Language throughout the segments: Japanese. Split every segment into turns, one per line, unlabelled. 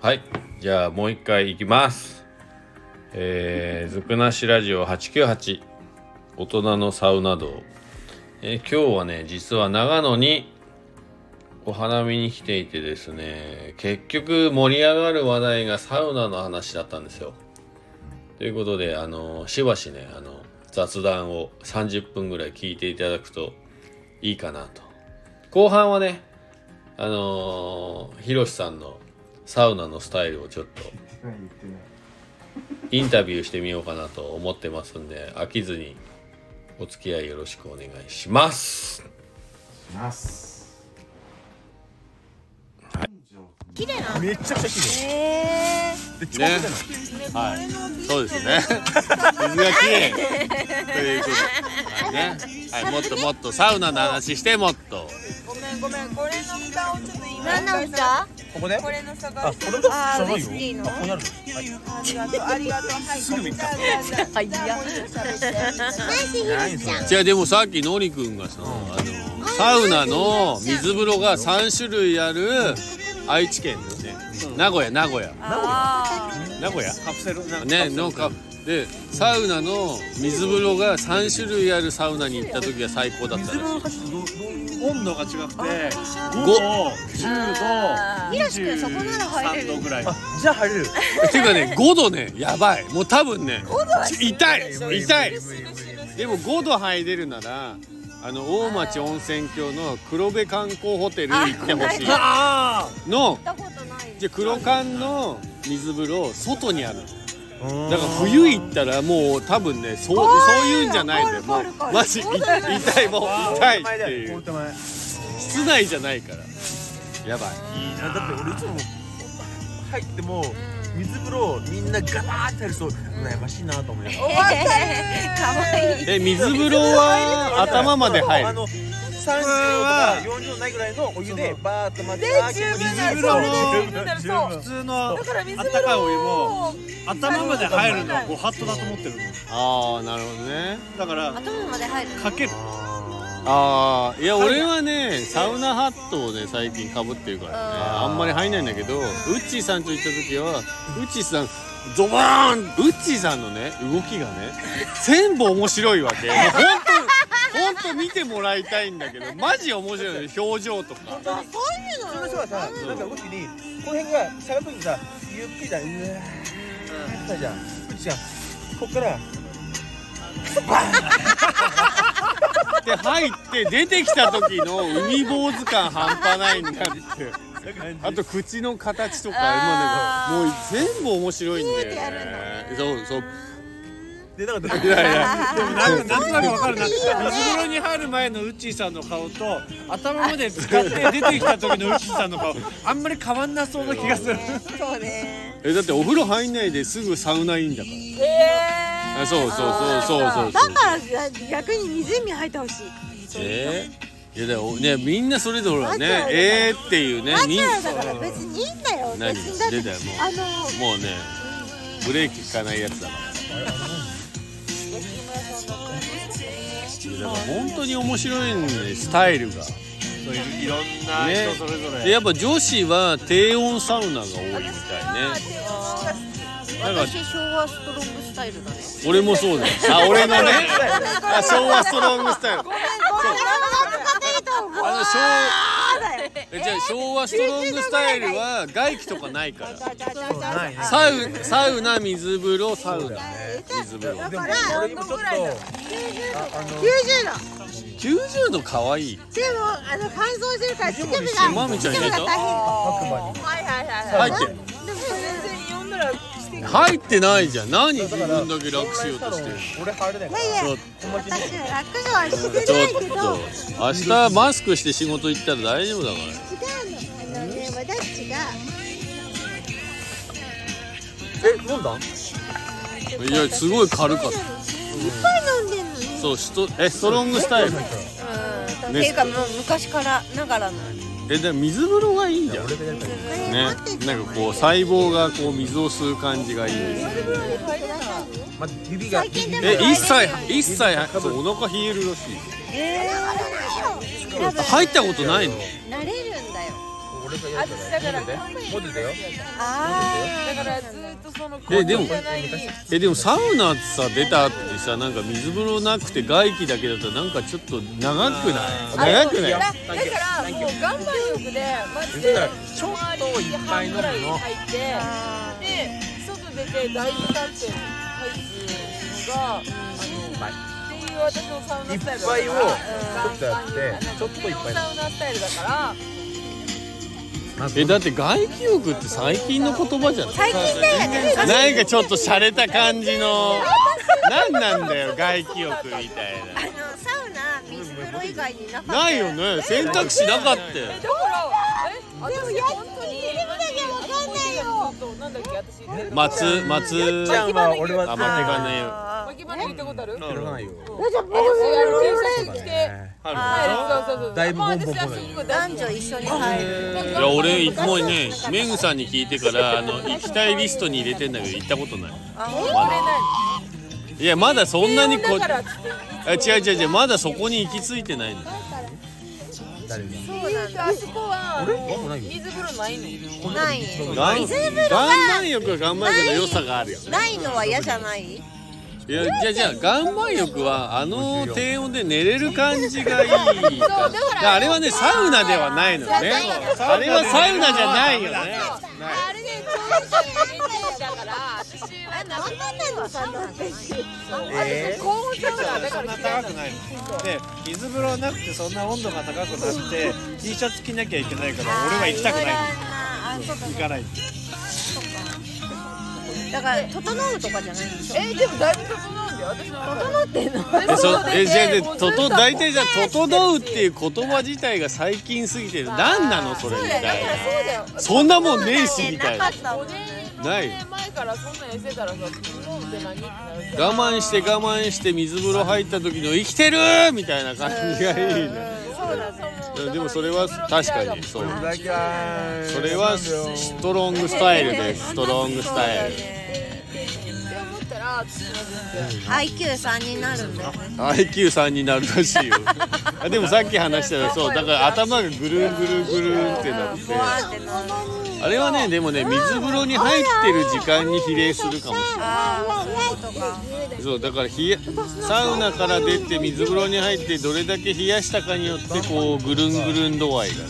はいじゃあもう一回いきますえー、ずくなしラジオ898大人のサウナ道、えー今日はね実は長野にお花見に来ていてですね結局盛り上がる話題がサウナの話だったんですよということであのしばしねあの雑談を30分ぐらい聞いていただくといいかなと後半はねあのー、ひろしさんのサウナのスタイルをちょっと
何言ってない
インタビューしてみようかなと思ってますんで飽きずにお付き合いよろしくお願いします
します
綺麗な。
めちゃくち
え
ゃ綺麗。ね。はい。そうですね。水が綺麗。ということで。ね。はい、もっともっとサウナの話してもっと。
ごめんごめんこれの蓋をちょっと今
ー、何なんだ？
ここね
これの差が
あ、
あ
これも下がる
いい
よ。
の
あ、こうなる。
りがとうありがとうはい
すぐ見た
はいじゃあもうちょっと喋って
何それ。
じゃあでもさっきのりくんがさあのサウナの水風呂が3種類ある愛知県のね名古屋名古屋
あ
名古屋
カプセルなんか
ねなんかでサウナの水風呂が3種類あるサウナに行った時が最高だった
水
らし
の
い
温度が違くて、5
五
度、10度、
ひろし君そこなら入れる
23度ぐらい。じゃあ入れる。
っていうかね5度ねやばいもう多分ねち痛い痛いでも5度入れるならあの大町温泉郷の黒部観光ホテル行ってほしい
あ
の
行ったことない。
じゃあ黒缶の水風呂外にある
あ。
だから冬行ったらもう多分ねそうそういうんじゃないんだよもうマジい痛いもう痛いっていう
手前。い
室内じゃないからやばい
いな。だって俺いつも入っても水風呂みんなガバーって入るそう羨ましいなと思いながら。
ーわかる
可愛い。
え水風呂は頭まで入
あ
る
の三十度とか四十度ないぐらいのお湯でバーっと待ってあー気持ちいい
十分
風
それで
呂
十分ならそう
普通の
だから水
あっ
風
た
呂
かいお湯も頭まで入るのはご法度だと思ってるの
ああなるほどね
だから
頭まで入るの。
かける
ああいや俺はねサウナハットをね最近かぶってるからねあんまり入んないんだけどウッチーさんと行った時はウッチーさんドバーンウッチーさんのね動きがね全部面白 いわけもう本当本当見てもらいたいんだけどマジ面白いね表情とか
本当にその人がさなんか動きにこの辺が下がる時にさゆっくりだうわーってじゃんうちじゃんこっから
で入って出てきた時の海坊主感半端ないんだってあと口の形とか
あ
今ねもう全部面白いんだよねそうそう
でなんか
いやいや
でも なんかなんとなくわかるな水風呂に入る前のウッチーさんの顔と頭まで使って出てきた時のウッチーさんの顔あんまり変わんなそうな気がする
そうね
えだってお風呂入んないですぐサウナいいんだから、あそうそうそうそうそうそう
だから逆に湖入ってほしい。
えー、いやだよねみんなそれぞれは
わか
ね
る
えー、っていうね
だ
みん
からだから別にいいんだよ。
何
別にだって
出たよもう
あの
もうねブレーキ効かないやつだからいやだから本当に面白いんでスタイルが
そういういろんな人それぞれ、
でやっぱ女子は低温サウナが多いみたいねだから
私昭和ストロングスタイルだね。
俺もそう だよあ俺のねあ昭和ストロングスタイル
あ
あの昭えじゃあ昭和ストロングスタイルは外気とかないから
ないね
サウサウナ水風呂サウナ水風呂
でも俺にもちょっと
90度。
90度かわいい
でもあの乾燥してるから乳首が
まみちゃん入れた
乳首が
白馬に
はいはいはいは
入っ
い
てる
でもそれ
全然呼んだらしてくれ
入ってないじゃん何自
だから
分だけ楽しようとしてる
俺入れないか
いやいや
ら友達に
私楽勝はして
ち
ないけ
ょっ
ど
と明日マスクして仕事行ったら大丈夫だか
違うのあのね私が
え飲んだ
らいやすごい軽かっ
いっぱい飲んでんの
た
に
そうストえストロングスタイル
うん
ね
ていうかもう昔からながらの
えでも水風呂がいいんじゃんね
ね
なんかこう細胞がこう水を吸う感じがいい
待って指が
近でも
え一切一切そうお腹冷えるらしい
えー、
入ったことないの
慣れるんだよ
俺
俺がやるから
だから
モデルだよ
ああだからずっとその
えでも
こうじゃない
えでもサウナさ出た後でさなんか水風呂なくて外気だけだとなんかちょっと長くない長くない
だからだからもう岩盤浴でマジでちょっといっぱい飲むの入ってで外出てだいぶ経って入ってのがあのっていう私のサウナスタイルだから
いっぱいを取ってあってちょっといっぱい飲む
サウナスタイルだから
えだって外気浴って最近の言葉じゃない
最近だよね
なんかちょっと洒落た感じの何なんだよ外気浴みたい
あのサウナ水風呂以外になかった
なないよね選択肢なかったよ
だからえ私本当にわかんないよなんだっけ私
松松
じゃあまあ俺は
あ待ってかんないよ
巻き場に行ったことある
やらないよ
あれ T シャツ着てはいそうそうそう
だいぶボンボンボン
まあ私は信号大好
男女一緒に入る
き
いや俺一もねメグさんに聞いてからあの行きたいリストに入れてんだけど行ったことない
あ俺ない
いやまだそんなにこ
だからっつって
あ違う違う違うまだそこに行き着いてないの
誰に
そうなんだあそこは
俺もないよ
水風呂ないの
ない
がん
水風
岩
呂が
盤浴は岩盤浴の良さがあるよ
ないのは嫌じゃない
いやじゃあじゃあ岩盤浴はあの低温で寝れる感じがいいだからあれはねサウナではないのねあれはサウナじゃないよね
あれねそういうのがいいんだから私はなんか
え
高温サウナだから
そんな
嫌い
高
な
く
の
ないので水風呂なくてそんな温度が高くなって T シャツ着なきゃいけないから俺は行きたくないの
あそうか
行かない
だから整うとかじゃないんでしょ
えでもだいぶ整うんだよ私の整ってん
え
の
そえじゃあで
もう
と
ずっと
と大体じゃあ「整う」っていう言葉自体が最近すぎてる何なのそれみたい
だからそうだよ
なそんなもんねえしみたいな
5年
ない
6年前からそんなんやってたらさ整うって何ってなる
我慢して我慢して水風呂入った時の「生きてる!」みたいな感じがいいな
そうだそう
でもそれは確かにそう
だけは
それはストロングスタイルですストロングスタイル
って思ったら
IQ 三になるんだよね
IQ さんになるらしいよあでもさっき話したら そうだから頭がぐるんぐるんぐるんってなって
ボワーってなる
あれはねでもね水風呂に入ってる時間に比例するかもしれない
あーそういうことか
そうだから冷やサウナから出て水風呂に入ってどれだけ冷やしたかによってこうぐるんぐるん度合いがね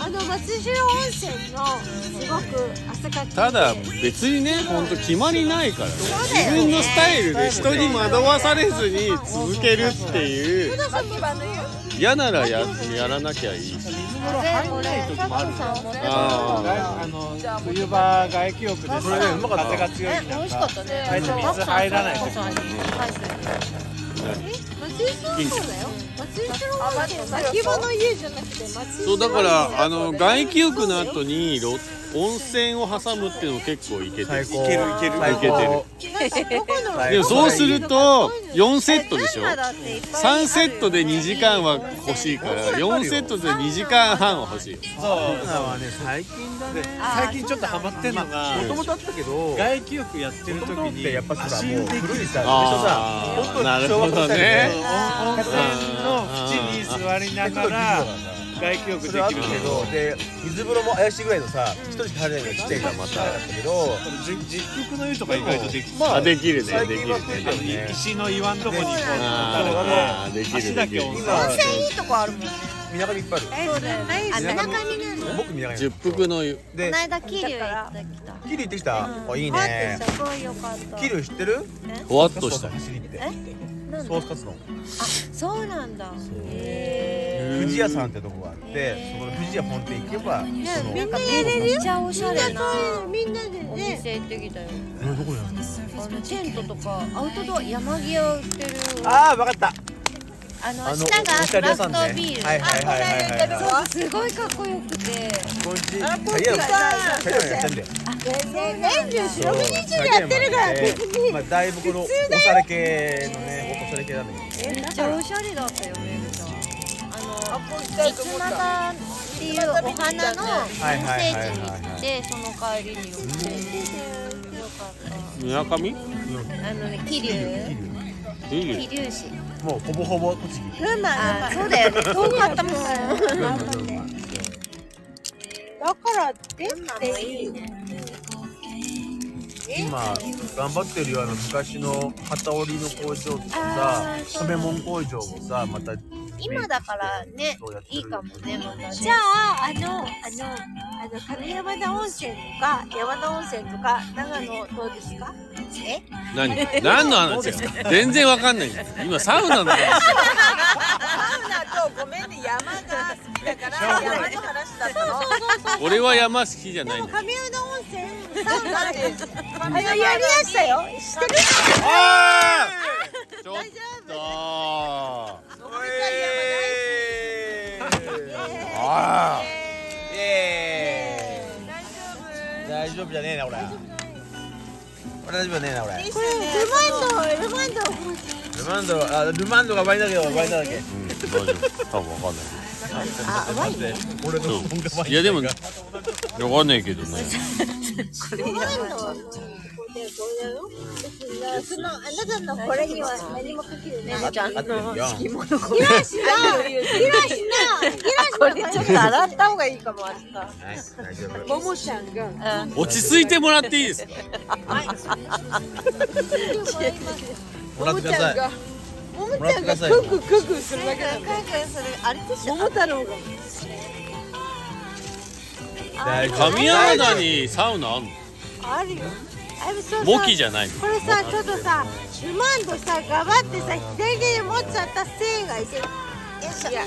あの松代温泉のすごく汗かき
ただ別にねほんと決まりないからね自分のスタイルで人に惑わされずに続けるっていう嫌ならややらなきゃいいし
これ佐藤さんも
あ
あの冬場外気浴でさ風が強い日
美
なん
味しか
か
ったね
あいつ水入らない時
先ほど家じゃなくて
あそうだからあの外気浴の後にろ温泉を挟むっていうのも結構いけてる
最高
いけるいける
最
いけてる
高
でもそうすると4セットでしょ
サウナだっていっぱいある
3セットで2時間は欲しいから4セットで2時間半は欲しい
そう
サウナはね最近だね
最近ちょっとハマってんのが
もともとあったけど
外気浴やってる時
元々って
に
やっぱさ
足
も
湯
う
で
古いさ
あー
本当に
なるほどね
昭
温泉の縁に座りながら外気浴で
そ
き
れ
る
はあるけどで水風呂も怪しいぐらいのさ一人しか入れないから来てがまただったけど
じ実服の湯とか意外とできて
ま
あできるね
最
でき
近
る
は
ね
増え
あ
たよ
のい
ね
石の岩んとこにこう立
あー
た
で
れ
き
て
る
足
で
だ
きる
け温泉
今
温泉いいとこあるもんね
みなかみいっぱいあ
そうだよねあ、中身なの
る僕みなかみ
十服の湯
こ
で
の間桐生行ってきた
キリ行ってきたあいいね
すごい良かった
キリ知ってる
ふわっとした
ソースカツの走りって
なん
ソー
だ
スカツの
そうなんだへ
富士屋さんってとこがあってそこの富士屋本店行けばそ
え
の
ね、めっちゃおしゃれなみんなでねお店行ってきたよ
どこや
あのテントとかアウトドア山際を売ってる
ああわかった
あの
あの
下
おしゃれ
が
屋
ク
さ
ラ
ん
フトビ
ね
ール、
はいはいはいはいはいはい
そうすごいかっこよくて
こんにちは。キャリアをキャリアをやってんだよ。
年
四
中
六日中やってるから別に。まあだいぶこのおされ系のね、おされ系なんだけ
めっちゃおしゃれだったよねぐちゃんあの
こう行きたい
三
と思
つ
った
俣っていうお花の
い
南
はいはい
西地に
はい
行ってその帰りに寄ってよかっ
村上
たあのね桐生
いいよ
桐生市
ど。もうほぼほぼ 栃木。
あそうだよね遠かったもんだから出ていいね
今頑張ってるよあの昔の機織りの工場とかさ染め物工場もさまた
今だからね
そうやってる
いいかもねまた
じゃああのあのあの上山田温泉とか山田温泉とか長野どうですかえ
何何の話ですか全然わかんない今サウナの話
ナとごめんね山が好きだから山の話だったの
俺は山好きじゃない
で
ん
も
だよ
上山田温泉サウナ
だって
あのやりやしたよ知ってる
あーちょっとああ
えー大丈夫じゃねえな俺俺大丈夫じゃねえな俺
これルマンドルマンド
ルマンドあルマンドがワインだけどワインだけ
うん大丈夫多分わかんない
あワイン
俺の本がワイン
いやでもわかんないけどね
ルマンドはもうここでどうやろうそのあなたのこれには何もかけてない
あってるよ
ギラシがギラシがギラシが
ちょっと洗った方がいいかもあった
はい大丈夫
ももちゃんが
落ち着いてもらっていいですか
もらってください
もも
もらっ
ち
て
ゃん
く
が
ださい
ククククするだけだ
海外それあれでしょ
桃太郎が
大丈夫
神山田にサウナあんの
あるよあれそう
モ
さ
キじゃないの
これさちょっとさルマンドさ頑張ってさ左手で持っちゃったせいがいてよっしゃいや
なっ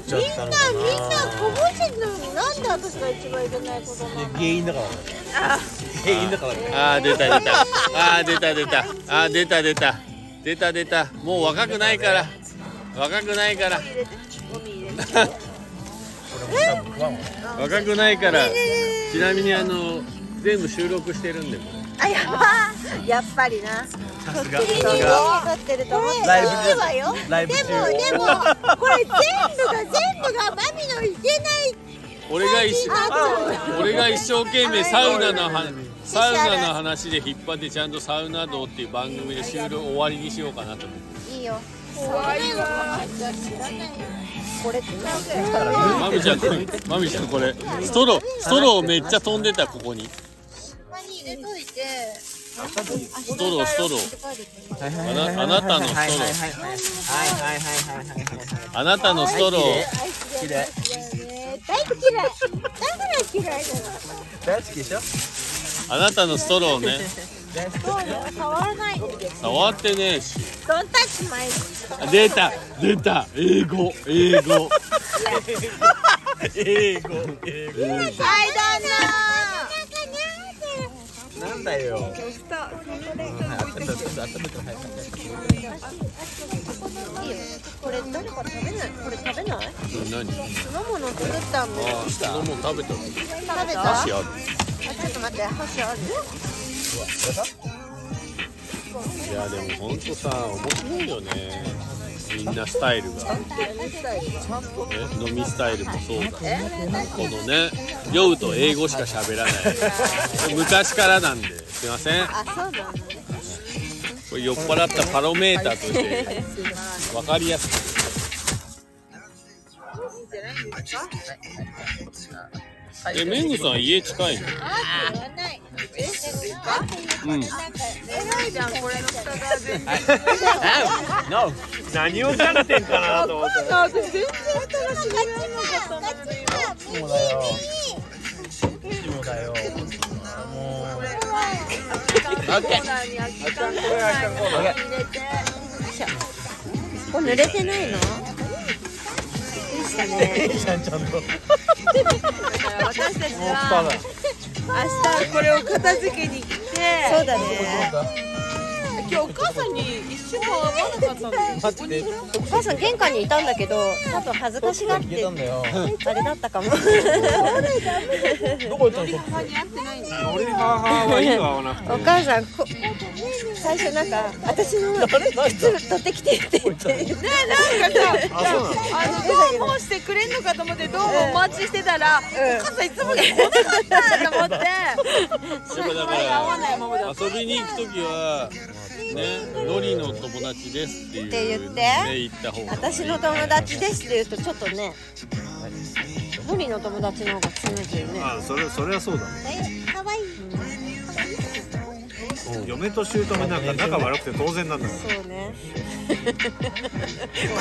ちゃ
み
っ
んな
たの
みんな
か
こぼしてるのになんで私が一番いけないことなの
な原因だからね原因だからね
あー出た出たあー出た出たあー出た出た出た出たもう若くないから若くないから若くないからちなみにあの全部収録してるんでこ
あやばやっぱりな
さすが
これいい
動画撮ってると思っ
ライブ
わよ
中ライブ
で
中
もでもこれ全部が全部がマミのいけない
れ俺が一生
あー
俺が一生懸命サウナの話サウナの話で引っ張ってちゃんと「サウナ道」っていう番組で終了終わりにしようかなと思ってマミちゃんこれマミちゃんこれストローストローめっちゃ飛んでたここにストローストローあなあなたのストロー
はいはいはいはいはい
あなたのストロー
綺麗
だいぶ嫌いだから嫌いだよ
大好きでしょ
あなたのストローね
変わらないで
触ってねえし
ドンタッチマイ
あ出た出た英語英語
英語英語
はいどうぞ
なんだよ
何
飲むの作った
ああ
の
もう食べたの
食べた
箸ある
ちょっと待って箸ある
いやでも本当さ面白いよねみんなスタイルがえ飲みスタイルもそうだこのね酔うと英語しか喋らない昔からなんですいません
あそうだね
これ酔っ払ったパロメーターとして分かりやすくえメングさん家近いのうん
何をされてんかなと思ってそうだよキモだよもう
これ濡れてないの
えいちゃんちゃんともう
私たち
蓋
は
だ
明日これを片付けに来て
そうだね
今日お母さんに一瞬も会わなかったんだよ
待って
お母さん玄関にいたんだけど多分恥ずかしがっ
いけ
て
たんだよ
あれだったかも
どこ行ったのそっち
俺にハーハーはいいわ合わなく て
お母さんこ最初なんか私の靴取ってきてって言ってね
なんかさあのどうもしてくれんのかと思ってどうもお待ちしてたら、お母さんいつも来なかったと思って
やっぱだから遊びに行く時はねノリの友達ですっていう
って言って
で行った方が
私の友達ですって言うとちょっとね無理の友達の方がスムーズよね
あそれそれはそうだね
かわいい
嫁と姑なんか仲悪くて当然なんだよ
そう ねこ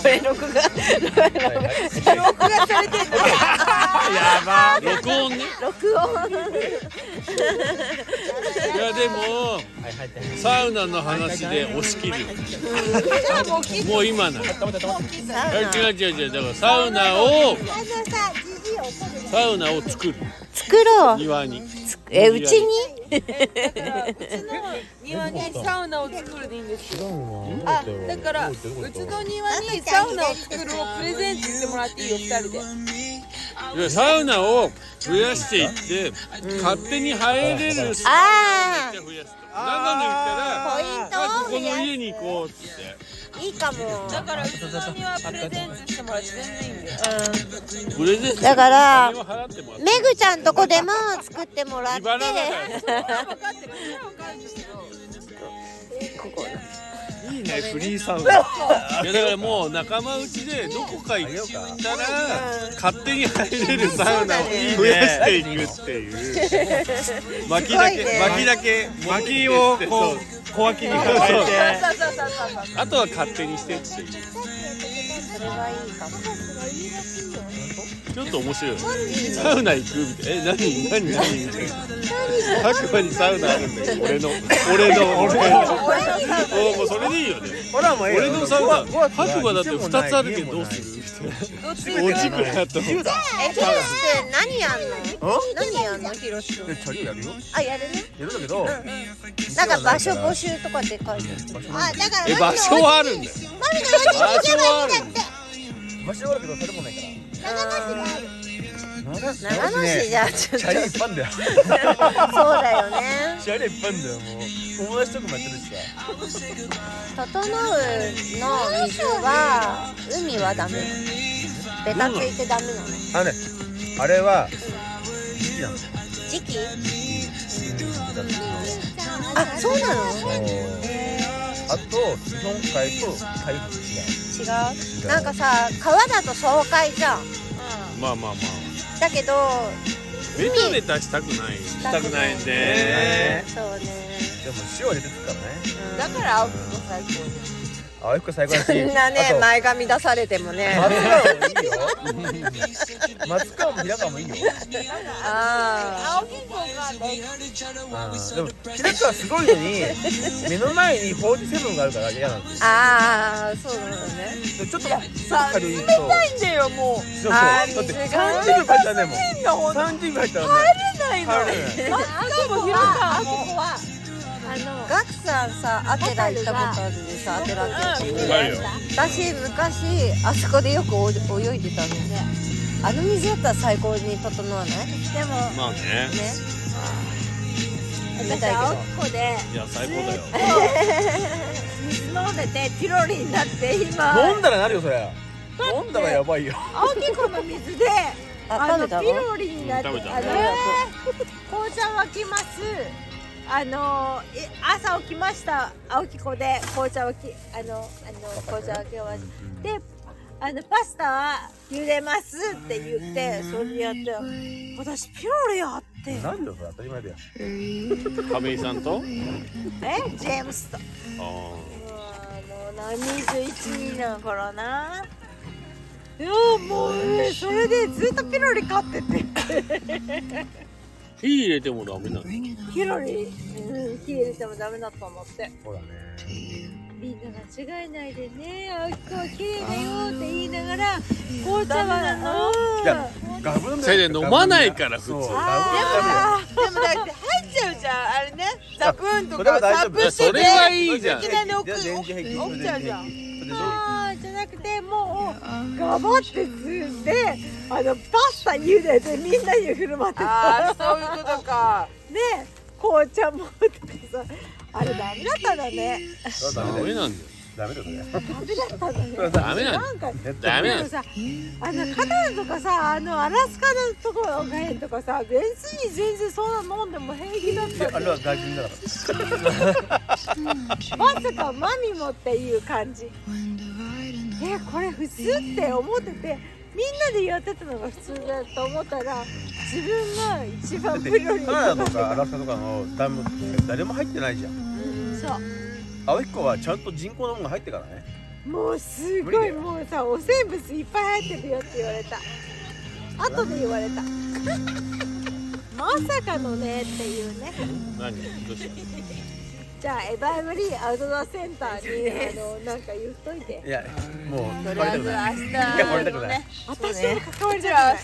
れ録画録画されてんの
録音ね
録音
いやでもサウナの話で押し切るよもう今なの
サウナ
違う違う違うだからサウナを
あのさじじい怒る
サウナを作る
作ろう
庭に
えうちに
庭にサウナを作るでいいんですよあだからうちの庭にサウナを作るをプレゼントしてもらっていいよ2人で
いやサウナを増やしていって、勝手に入れるサ
あ
ウナを増やすと
あ
長野に行ったらあ
ポ
ここ
イント
の
を
家に行こうっつって
いいかも
だからうちの庭プレゼントしてもらって全然いいんだよ
プレゼント
だから
お金を払ってもらって
めぐちゃんとこでも作っても らって
自腹だから
分かってるそれは分かるんだけど
いいねフリーサウ
い
ナ
やだからもう仲間内でどこか行ったら勝手に入れるサウナを増
増
やし
やしてていくっていう
薪だ
すご
け
いね
薪だけ
薪をこう小脇に抱えて
そうそうそうそうそう
あとは勝手にしてっていう
それはいいかも
ちょっと面白いよねサウナ行くみたいなえ何何何みたいな白馬にサウナあるんだけど俺の俺の俺のおもうそれでいいよね
ほらもうええよ
俺のサウナ白馬だって2つあるけどどうする
ど
お
っち
じくなったの
えヒロシ君何やんの何やんのヒロシ
で
君
チャリやるよ
あやるね
やるんだけど
なんか場所募集とかで書いてあだから
え場所はあるんだよ
マミの
場所はあるんだよ
場所はあるけどそれもないか
長野市長野市じゃちょっ
らチャリ一般だよ
とそうだよね
チャリ一般だよもう友達とかもやってるしさ
整うの水は海はダメベタついてダメなの
あのねあれは時期なんですよ
時期
だって
あそうなの
あと日本海と海軍違
違うなんかさ川だと爽快じゃん
まあまあまあ
だけど
ベタベタしたくないよ
したくない
ね
そう
うでも
ね
塩は出てくるからね
だから青木も最高
青い服最高だし
みんな
あ
ね
と
前髪出されてもね
松川もいいよ松川も平川もいいよ
あ
青木もが大好
でも平川すごいのに目の前に47があるから嫌なんです
ーあーそうなのね
よちょっと軽いと
きんだよもう
そうそう
あ
だ
ー
って
水が
30秒入ったねも
変なほ
う
ど
30秒入ったら
ないの
入る
松川も広川も
ガクさんさアテラ行ったことあるでさアテラって
あるよ
私昔あそこでよくお泳いでたのねあの水だったら最高に整わないでもね
まあね
冷たいけど
こで
いや最高だよ
水飲んでてピロリになって今
飲んだらなるよそれ飲んだらやばいよ
青木湖の水で
あ食べたの
ピロリになって、
うん食べた
あの、紅茶沸きますあのえ朝起きました青木湖で紅茶沸きあのあの紅茶沸き終わってであのパスタは茹でますって言ってそれやって私ピロリやって
なるよそれ当たり前だよ
亀井さんと
えジェームスと
あー
もうな21位だからないやもうねそれでずっとピロリ買ってて
火入れてもダメなの
ピロリ、うん、火入れてもダメだったんだって
そうだね
みんな間違えないでね青木君は綺麗だよって言いながら紅茶はうん
いやガブン
それで飲まないから普通
そうガブン
あーでもだって入っちゃうじゃんあれねザブンと
それは
か
大丈夫
ザブン
それはいいじゃん
いきなり奥
全然平気
奥奥ちゃうじゃん
それで
あーじゃなくてもうガバってずんであのパスタ茹でてみんなに振る舞って
あ
さ
あそういうことか
ね紅茶もとかさあれダメだったんだね
それ
ダ
はダメだよ
メなんだよ
ダメだそれ
ダメだったんだね。
ダメなの
なんか
ダメなの
でもさ、あのカナダとかさ、あのアラスカのところがへんとかさ、別に全然そんな飲んでも平気だっ
いや
た
あ
の
れは外人だから
まさかマミもっていう感じ。え、これ普通って思ってて、みんなでやってたのが普通だと思ったら、自分が一
だ
番
っ
プ
て
ロに
カナダとかアラスカとかのダムって誰も入ってないじゃん
そう。
青彦はちゃんと人工のものが入ってからね
もうす
無
ご
理だ
い
よ
もうさお生物いっぱい入ってるよって言われた後で言 われたまさかのねっていうね
何どうした
じゃあエバーブリーアウトドアセンターにあのなんか言っといて
いやもう
と
バ
り
レた
あえ
く
ず明
ない
日
いやバレたくない
私の関わり
じ
じ
ゃ
ゃ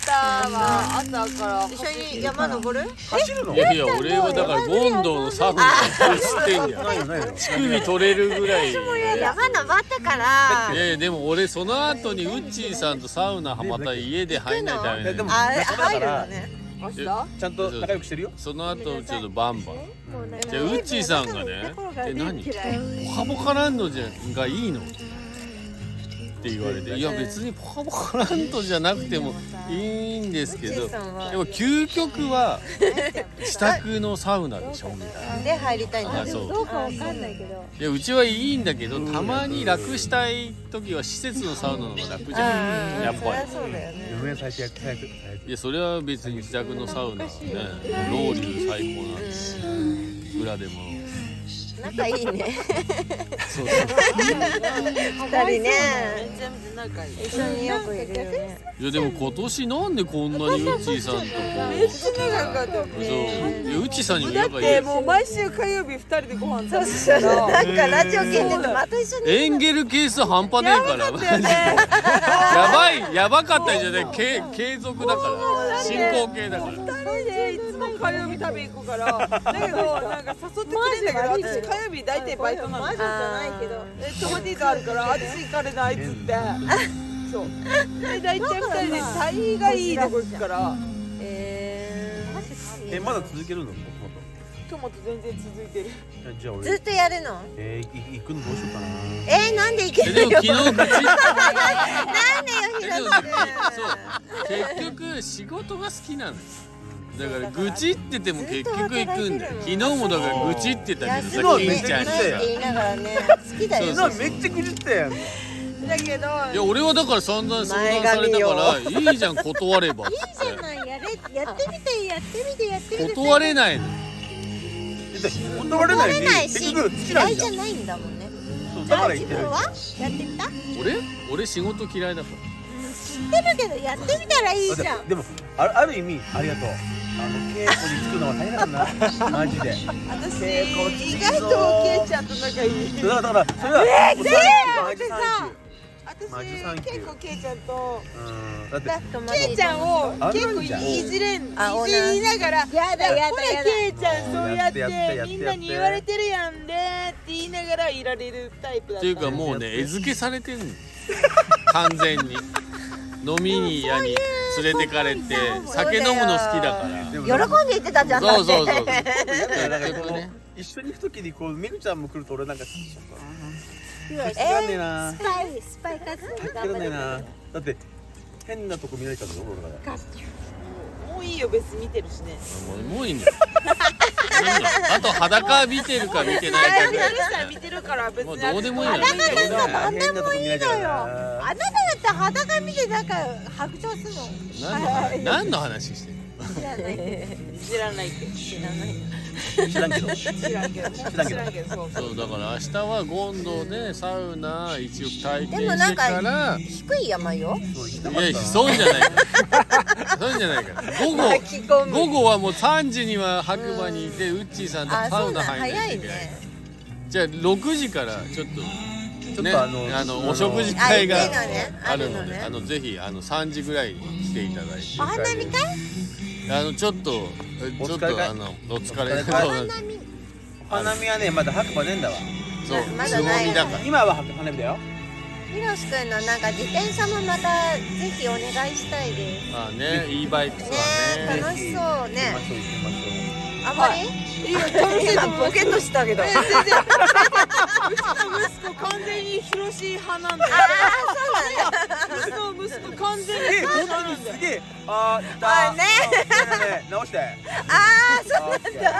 あ
ない
明日は朝から
一緒に山登る
走るの
いやいや俺はだからゴンドウのサーフィンしてんじゃん
ないよないよ
乳首取れるぐらいい
山登ったから
やいやでも俺その後にウッチーさんとサウナはまた家で入んないとダメ
い
な
や
んだ
でも
あれ
仲間だ
入
か
るの
ら
ね
明日
ちゃんと仲良くしてるよ
その後ちょっとバンバン
もうなんか
じゃあウッチーさんがね
心が
え何
嫌い
ポカポカランドじゃがいいのって言われていや別にポカポカランドじゃなくてもいいんですけどでも究極は自宅のサウナでしょみたいな。
で入りたいん
あ
だ
で
そう
もどうかわかんないけど
いやうちはいいんだけどたまに楽したい時は施設のサウナの方が楽じゃんやっ
そり
ぱ
ゃそうだよね
嫁最悪最悪最悪
りいやそれは別に自宅のサウナはねロウリュ最高なんです裏でも
仲いいね
そう
二人ね
全部仲いい
一緒によくいるよね
いやでも今年なんでこんなにウッチーさんとこ
めっちゃ長かった
うそういやウッチーさんにも
だ
や
っ
っぱ
てもう毎週火曜日二人でご飯食べてたの
なんかラジオ聞いててまた一緒に
エンゲル係数半端ねえからマジでやばいやばかったんじゃない継継続だから進行形だから
二人でいつも火曜日食べ行くからだけどなんか誘ってくれんだけど私火曜日大体バイトなの
魔女じゃないけど
えトマティーズあるから私行かれないっつってそうで大体二人で大概いいとこ行くから
えまだ続けるのもとも
トマト全然続いてる
とえじゃあ
ずっ
俺
とやるの
えーい行くのどうしようかな
えー、なんでいけ
え
る
で
の
も
な
昨
ん
日
で
口
よ
え
ひ
で
ろ
も
し
そう結局仕事が好きなんですだから愚痴ってても結局行くんだよ昨日もだから愚痴ってたけどさ
そ
君
う
い
金ちゃんにさ
ないって言いながらね好きだよ
そう
なめっちゃ愚痴ったやん
だけど
いや俺はだから散々相談されたからいいじゃん断ればっつ
いいじゃないやれやってみてやってみてやって
って
みて
断れないの
断れない
取れない
し
し
結局好きな
嫌
ん
い
じ
じ
ゃ
ゃ
ん
ないんだもんね
そうだから言
自
ってる
分はやってみた
俺俺仕事嫌いだから
知ってるけどやってみたらいいじゃん
でもあるある意味ありがとうあの稽古につくのは大変だったなマジで
私
き
意
そう
外とケイちゃんと仲いい
だからだからそれはもうマジさマジサン
私
キュー
結構ケイちゃんと
うんだって
ケイちゃんを結構いじれんい
あ同じ
じりながら「
やだや
ほ
だ
ら
やだ
ケイちゃんそうやっ
やってやってや
て
って
みんなに言われてるやんで」って言いながらいられるタイプだ
っ
ってた
いうかもうね餌付けされてんの 完全に飲みに屋に連れてかれて酒飲むの好きだから
でも
喜んで言ってたじゃんだ
そう
って
そうそう
だから
結
こ
局
の
ね
一緒に行く時にこうめぐちゃんも来ると俺なんか好きちゃうから好きなんねえ
え
な
スパイスパイ活動
好きなんねえなだって変なとこ見られちゃうぞ俺だから
もういいよ別に見てるしね
もうもういいんだよ いいんだよあと裸見てるか見てないかぐらい
見てるさ見てるから別に
もうどうでもいいのよ
俺だから変なとこ見られちゃうからな
あなただって裸見てなんか白状するの
何の話何の話してんの
じゃない
いじらないけど
知らない
知らんけど
知らんけど
知らんけど
けどそうそう
そうだから明日は権堂でサウナ一応体験
でも
し
な
て
ん
か
から低い山よ
そう行きた
い
かっ
や
た
そうじゃないからそうじゃないから午後
巻き込む
午後はもう3時には白馬にいてウッチーさんと
あ
サ
そ
ウ
う
ナ
なん
入んな
早
いとい
い
けないから
ね
じゃあ6時からちょっと
ちょっ
ね
とあの
あのお食事
あ
会が
行ってんのね
あるので
あ
あ
る
のぜひあの3時ぐらいに来ていただいて
お花見かい
あのちょっとえ
お
ちょっ
疲れ
と
会
あのお疲れ
お疲れ
そう
会
なんです
花見
花見はねまだ白馬ねえんだわ
そう
ま
つ
だ
ぼ
ない
みだから
今は花見だよ
ひろしくんのなんか自転車もまたぜひお願いしたいです
あね e バイクツアーね
ね楽しそう
行
ね
きましょう行きましょう
あまり
いや楽しい と思います
ボケットしてあげた
え
けど
先生先生うちの息子完全に広し派なんだようちの息子完全に広島なんだよ
すげえあーいたー
あー
あね
ね
えねえ直して
あーそう
あー
めっちゃ行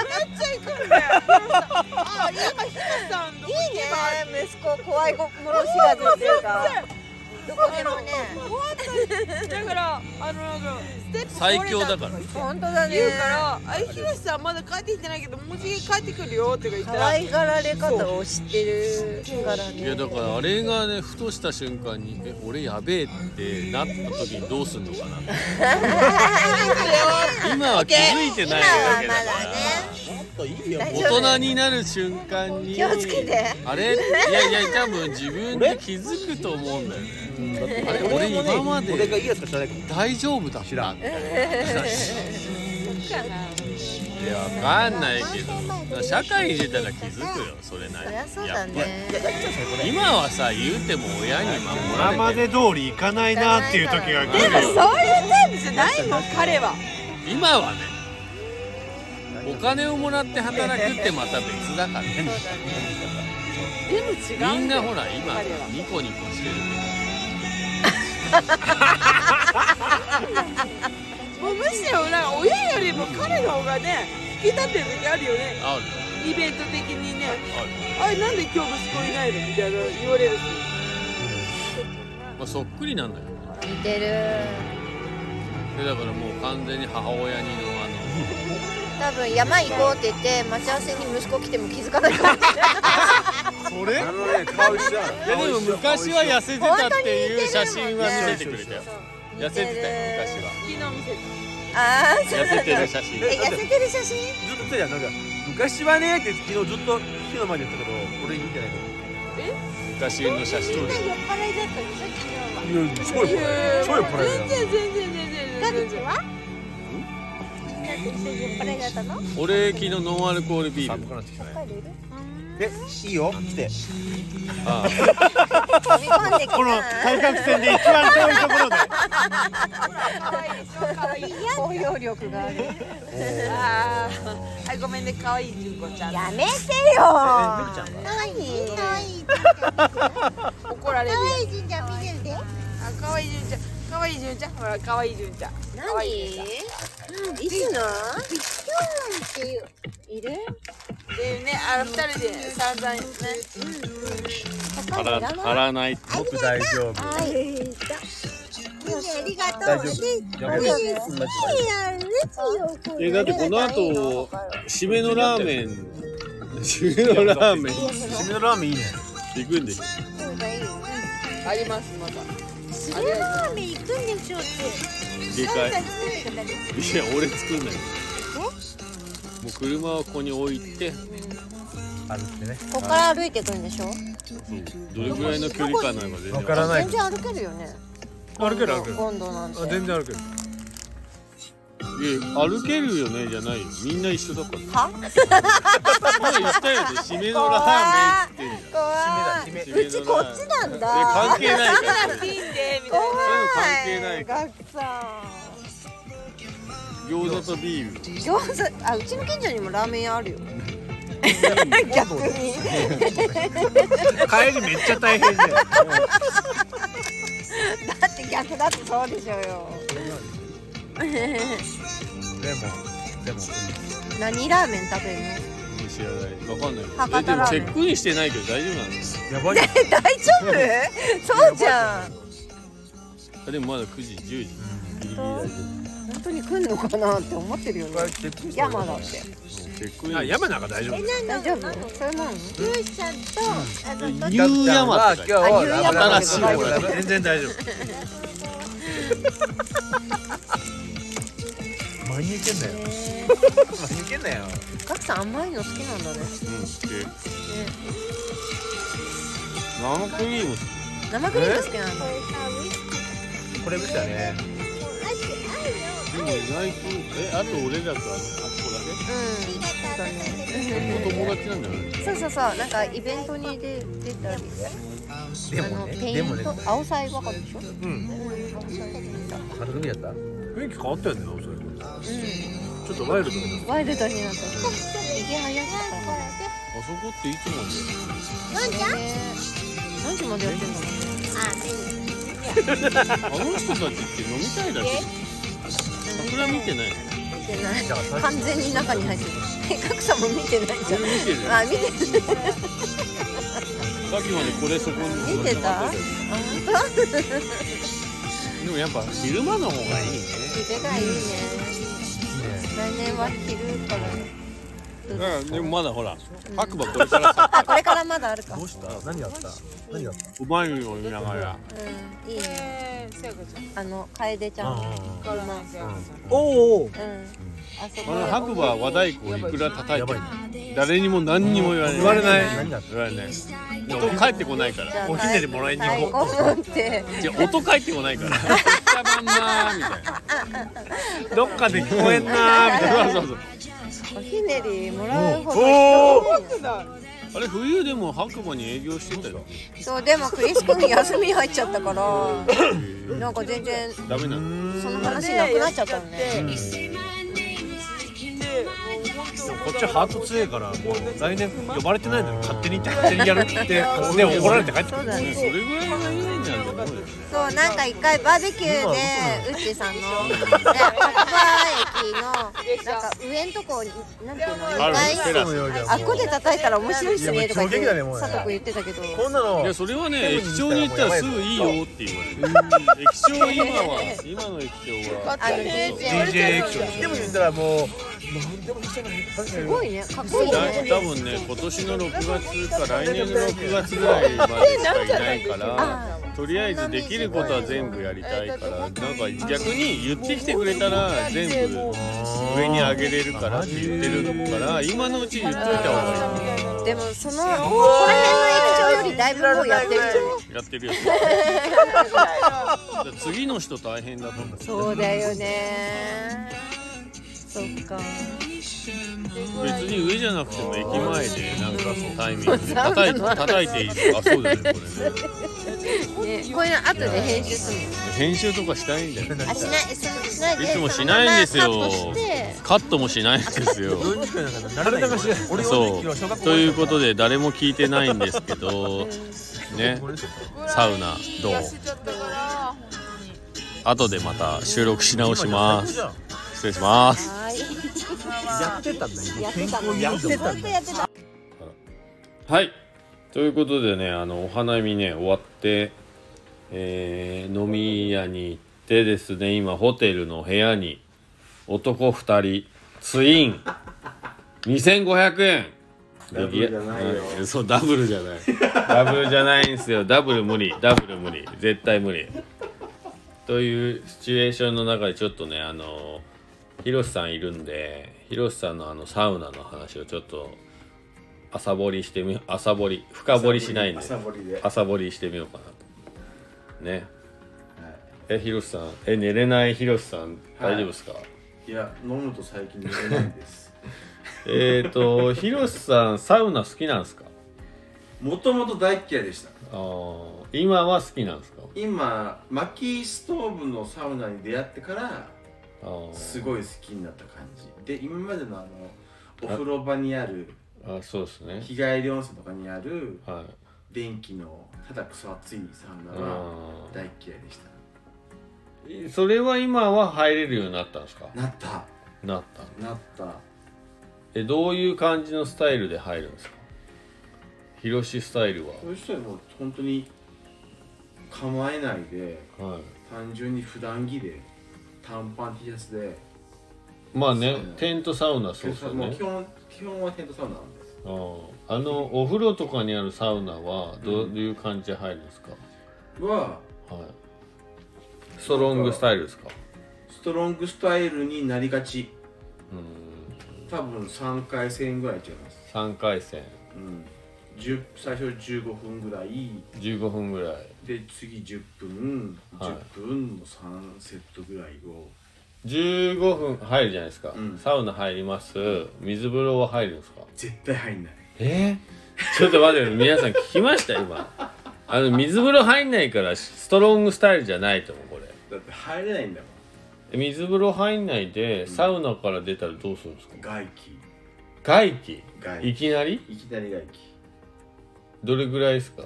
くんだよあ今ひなさんどこ
いいね息子怖いごもろ知らずっていうかどこでもね
だからあのなんかステップ
最強だから
これと
本当だね
言うから「あひろしさんまだ帰ってきてないけどもうじき帰ってくるよ」とか言った
可
ら
愛がられ方を知ってるからね
いやだからあれがねふとした瞬間に「え俺やべえ」ってなった時にどうすんのかな今は気づいて
今
ない
は
わけ
ま
だか
だね
ら
大丈夫
大人になる瞬間に
気をつけて
あれいやいや多分自分で気づくと思うんだよねあれ俺今ま
俺が
で
いいやつか知らないけど
大丈夫だった
知らん
いやわかんないけど社会に出たら気づくよそれなり
そりゃそう
や
だ
っぱり
ね
今はさ言うても親に守ら
今
れ
ま
てる
で通り行かないなっていう時が来るよ
そういうタイプじゃないもん彼は
今はねお金をもらって働くってまた別だからね
でも違うんだよ
みんなほら今
彼は
ニコニコしてる
もうむしろなんか親よりも彼の方がね引き立ってる時あるよ
け
ね
どある
イベント的にね
あ
あれなんで今日息子いないのみたいな言われるし
る、まあ、そっくりなんだよね
似てる
でだからもう完全に母親にのあの
多分山行こうって言って待ち合わせに息子来ても気づかないかもしれない
それ
あのね顔一緒なの
いやでも昔は痩せてたっていう写真は見せてくれたよ
似
痩せてたよ
る
昔
昨日見せて
ああそう
は痩
な
せ
ん
て
だ
る写真
え痩せてる写真
ずっと言ってたじゃんなんか昔はねって昨日ずっと昨日まで言ったけど俺見てない
昔の写真
酔っ払いだったでしょ昨日は
けどいや超酔っ
いや
払い超酔っ払いだよ
全然全然全然
ガ
全
ビチ
然
はガビチ酔っ払いだったの
俺昨日ノンアルコールビール
寒くなってきたね
帰れる
えいいよ来て
あ
飛び込んできた
この対角線で一番遠いところで
包容力がある
あーあごめんね可愛い純子ちゃん
やめてよ
ちゃんが
何
可愛い
怒られる
可
よ
愛いじんちゃん見せるで
あ可愛い純ちゃん可愛い純ちゃんほら可愛い純ちゃん可愛い
何
純ちゃん
いつの
っていう
いる
でねあの二人で散々ね
あらあらない
僕大丈夫
ありがとう
大丈夫やめて
えだってこの後締めのラーメン締めのラーメン
締めのラーメンいいね
行くんでしょ
ありますまだ
スレラーメン行くんでしょって
でかいいや俺作んないもう車はここに置いて
あるってね
ここから歩いてくるんでしょ
どれぐらいの距離感なのか全然
わからない
全然歩けるよね
歩ける歩ける
今度なんて
あ全然歩ける
いや歩けるよねじゃないよみんな一緒だから
は
前言ったよね締めのラーメンって言ってんじ
怖
ゃん
締めだ
いうちこっちなん
え関
だ
係ないからそ
ピ
ういうの
ンでみたいな
関係ないから
ガクさ
餃子とビール
ん餃子あうちの近所にもラーメン屋あるよ逆に
帰りめっちゃ大変だよ
だって逆だってそうでしょうよ
でもでも
何ラーメン食べるの
知らないわかんない
博多
えでも
ラー
チ
メン
ェックインしてないけど大丈夫なんです
やばいよ
え大丈夫そうじゃん
あでもまだ9時10時ギリギリ大丈夫
本当に来んのかなって思ってるよね山だって
チェックイン
あ山なんか大丈夫
大丈夫それなの
ゆうちゃんとあのどっち
ニューヤマ
は
って書
今
い
日
てある
は
新しいのが
全然大丈夫
真に受けんなよ真に受けんなよ
ガクさん甘いの好きなんだね
うんで生クリーム
生クリーム好きなんだ
これ見たね
でも意外とえあと俺らかあそこ
うん
だけお友達なんだよね
そうそうそうなんかイベントに出出たり
で
あ
も
の
ね
ペ
で
イ
も
ン
ね
ト青菜わかるでしょ
うんあの海だった
雰囲気変わったよねそれ
うん
ちょっとワイルドになって
ワイルドになった。
あそこっていつもね
何時までやってんの？
あの人たちって飲みたいだけ桜見てない
見てない。完全に中に入ってる。え、格差も見てないじゃん。
見てるよ
あ、見てる。
さっきまでこれそこに
見てた。あ、本当。
でもやっぱ昼間の方がいいね
腕がいいね。来年は昼から。どうですか
うんでもまだほら白馬これからさ
あ、これからまだあるか。
どうした何やった何やった
うまいよ見ながら
うん、いいね。
えー、さやかちゃん
あの楓ちゃん。
からなんかやるさ
おお
うん。あそ
あ
こ
の
で。
白馬和太鼓をいくら叩いても誰にも何にも言われない
言われない
何やった
言われない音帰ってこないから
おひねりもらいに行こ
こう。太鼓持って。
じゃ音帰ってこない からたまんなーみたいな
うどっかで聞こえんなーみたいな
そうそうそう
おひねりもらうほど人多
あれ冬でも白馬に営業してたよ
いそうでもクリス君休み入っちゃったからなんか全然
ダメなの
その話なくなっちゃったのね
でもう本当
こっちハート強いからもう来年呼ばれてないのに勝手に行って
勝手にやるってね怒られて帰ってく
そう
る
だ
ね
ね
それぐらいがいいんじゃんと思うよね
そうなんか一回バーベキューでうっちーさんのね白馬駅のなんか上んとこなんていうの
あ
2
る
階
テラス
あっこで叩いたら面白いっすねとか言っ
いやもう衝撃だねもうね
て佐藤君言ってたけど
こんなの
いやそれはね駅長に言ったらすぐいいよって言われる駅長今は今の駅長は
あの DJ
DJ 液晶でし
でも言ったらもうなんでもしたくない確か
す
に
ごいねかっこいい
だ
ね
多分ね今年の6月か来年の6月ぐらいまでしかいないからとりあえずできることは全部やりたいからなんか逆に言ってきてくれたら全部上に上げれるからって言ってるから今のうち言っといた方が
でもそのこの辺の駅長よりだいぶもうやってるよね
いいやってるよ次の人大変だと思う
そうだよねそっか
別に上じゃなくても駅前でなんかそのタイミングで叩いて叩いていいとかあそうですねこれね
ね こういうの後で編集するの
編集とかしたいんだよね
あしないしないで
いつもしないんですよ
そのままカットして
カットもしないんです
ど
よ
うにかなんかならない俺
そ
はね昨日小学
う
校
ということで誰も聞いてないんですけどねサウナどう
痩せちゃったから
後でまた収録し直しま
今
す失礼します
やってたんだよ健康やってたんだよ
はい。ということでね、あの、お花見ね、終わって、えー飲み屋に行ってですね、今、ホテルの部屋に、男2人、ツイン、2500円。
ダブルじゃないよ
はそう、ダブルじゃない。ダブルじゃないんですよ。ダブル無理。ダブル無理。絶対無理。というシチュエーションの中でちょっとね、あの、ヒロシさんいるんで、ヒロシさんのあの、サウナの話をちょっと、朝掘りしてみ、朝掘り、深掘りしないんで。
朝掘りで
朝掘りしてみようかなとね、えひろしさんえ寝れないひろしさん
はい
大丈夫ですか、
いや飲むと最近寝れないんです
えっ、ー、 とひろしさんサウナ好きなんですか
もともと大っ嫌いでした
あー今は好きなんですか
今薪ストーブのサウナに出会ってから
あー
すごい好きになった感じで今までのあのお風呂場にある
あそうですね
日帰り温泉とかにある
はい
電気のただクソ暑いサウナは
あ
大っ嫌いでした
ーそれは今は入れるようになったんですか
なった
なった
なった
えどういう感じのスタイルで入るんですかひろしスタイルは
そういう人はもう本当に構えないで
はい
単純に普段着で短パン T シャツで
まあね
そうね
テントサウナそうですよ
もう
ね
基本基本はテントサウナなんです
あのお風呂とかにあるサウナはどういう感じで入るんですか、
は
はい、ストロングスタイルですか
ストロングスタイルになりがち
うん
多分3回戦ぐらい違います
3回戦
うん10最初15分ぐらい
15分ぐらい
で次10分、
はい
10分の3セットぐらいを
15分入るじゃないですか、
うん
サウナ入ります水風呂は入るんですか
絶対入んない
えちょっと待って皆さん聞きました今あの水風呂入んないからストロングスタイルじゃないと思うこれ
だって入れないんだもん
え水風呂入んないでサウナから出たらどうするんですか
外気
外気
外
い
気
きなり
いきなり外気
どれぐらいですか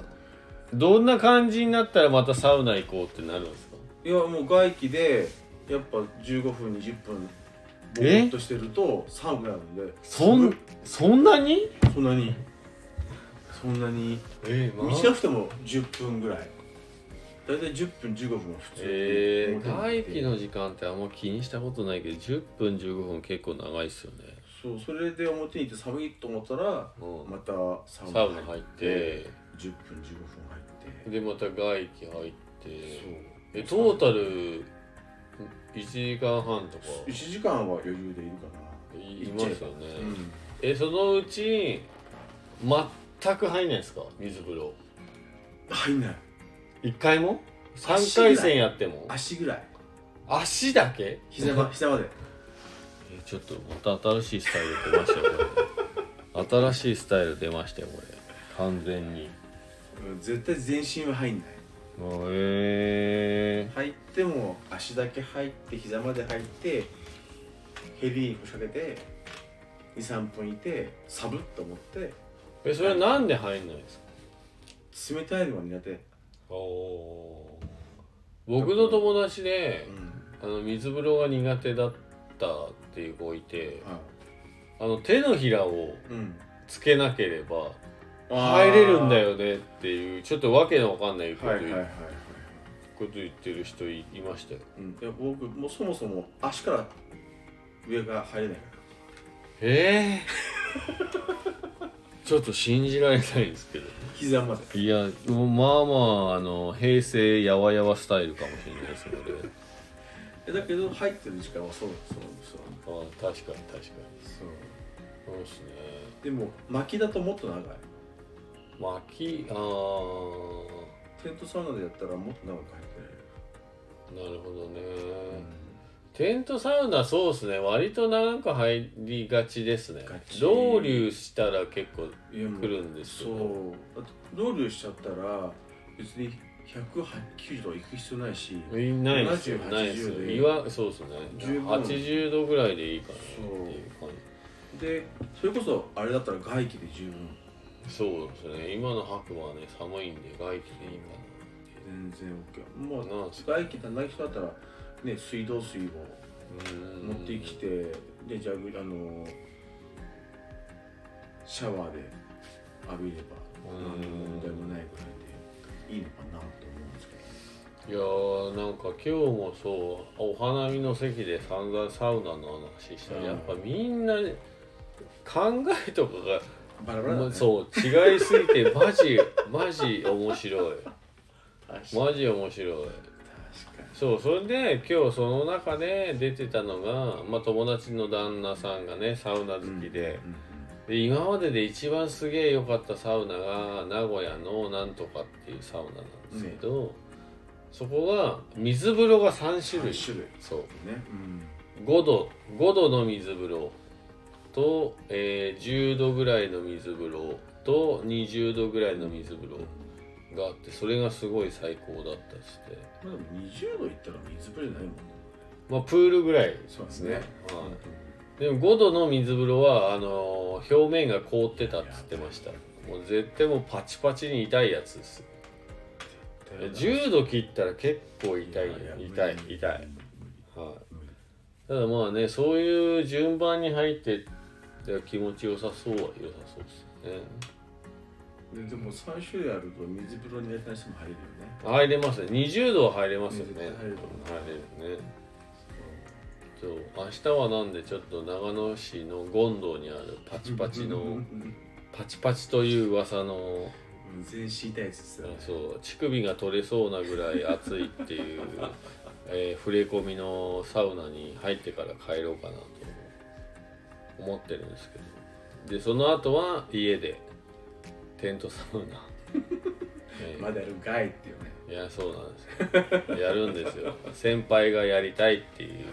どんな感じになったらまたサウナ行こうってなるんですか
いやもう外気でやっぱ15分20分ぼ
え
ーっとしてると寒くなるんで
そんそんなに
そんなにそんなに
え
短くても10分ぐらい大体10分15分は普通
えー、
表に
外
出て
気の時間ってあんま気にしたことないけど10分15分結構長いっすよね、
そうそれで表に行って寒いと思ったら
うん
またサウ
サ
ナ
ウナ入って
10分15分入っ
で
て
また外気入って
そう
えトータル1時間半とか
1時間は余裕でいるかない
いますよね、
うん
えそのうち全く入んないですか水風呂
入んない
1回も
足
?3
ぐらい
回戦やっても
足ぐらい
足だけ
膝ま膝まで
えちょっとまた新しいスタイル出ましたよ これ新しいスタイル出ましたよこれ完全に
うん絶対全身は入んない
へえ
入っても足だけ入って膝まで入ってヘリに腰掛けて23分いてサブッと思って
えそれはなんで入んないんですか
冷たいのが苦手、
僕の友達で
うん
あの水風呂が苦手だったっていう子いて
は
あの手のひらを
いうん、
つけなければ
あー
入れるんだよねっていうちょっとわけのわかんないこと,、
はいはいはいはい、
こと言ってる人いいましたよ
うん、いや僕もうそもそも足から上が入れないか
ええ ちょっと信じられないんですけど
ら膝まで
いやもうまあまああの平成やわやわスタイルかもしれないですので、ね、
えだけど入ってる時間はそうそうそう
あー確かに確かに
そう
そうですね
でも薪だともっと長い
巻きああ
テントサウナでやったらもっと長く入って
なるほどね、
られる、
テントサウナそうですね割と長く入りがちですね
ガチ
ロウリュしたら結構
いやもう
来るんですけ
そ
ど
うだってロールしちゃったら別に190度は行く必要ないし
いないですよ
70
ないですよ
で
いわそうですね
十分
80度ぐらいでいいかなっていう感
でそれこそあれだったら外気で十分
じそうですね今の白馬はね寒いんで外気でいいか
全然 OK もう
なんす
外気足りない人だったらね水道水を
なうん
持ってきてでジャグあのシャワーで浴びれば
うん
何の問題もないぐらいでいいのかなと思うんですけ
い
ど
やーなんか今日もそうお花見の席で散々サウナの話したら、
うん
やっぱみんな考えとかが
バラバラだ、ね、
そう違いすぎてマジマジ面白い
確かに
マジ面白い
確かに
そうそれで今日その中で出てたのが、まあ、友達の旦那さんがねサウナ好きで,、
うん
で今までで一番すげえ良かったサウナが名古屋のなんとかっていうサウナなんですけど、そこが水風呂が3種類
三種類
そう
ね、うん
5度5度の水風呂と、えー10度ぐらいの水風呂と20度ぐらいの水風呂があってそれがすごい最高だったりして、
まあ、でも20度いったら水風呂じゃないもんね
まあ、プールぐらい
そうで
ですす
ね
ね、はい、でも5度の水風呂はあのー表面が凍ってたっつってましたもう絶対もうパチパチに痛いやつです10度切ったら結構痛いよ痛い痛いはい、ただまあねそういう順番に入っていや気持ちよさそうは良さそうですね
ででも3種類あると水風呂苦手な人も入れるよね
入れますね20度は入れますよね
20度入れると
入れるねそう明日はなんでちょっと長野市の権堂にあるパチパチ
う
の
ん
パチパチという噂の
全身痛いやつですよね
そう乳首が取れそうなぐらい暑いっていう、 えー触れ込みのサウナに入ってから帰ろうかなと思ってるんですけどでその後は家でテントサウナ、えー
まだやるガイっていうね
いやそうなんですよやるんですよ先輩がやりたいっていう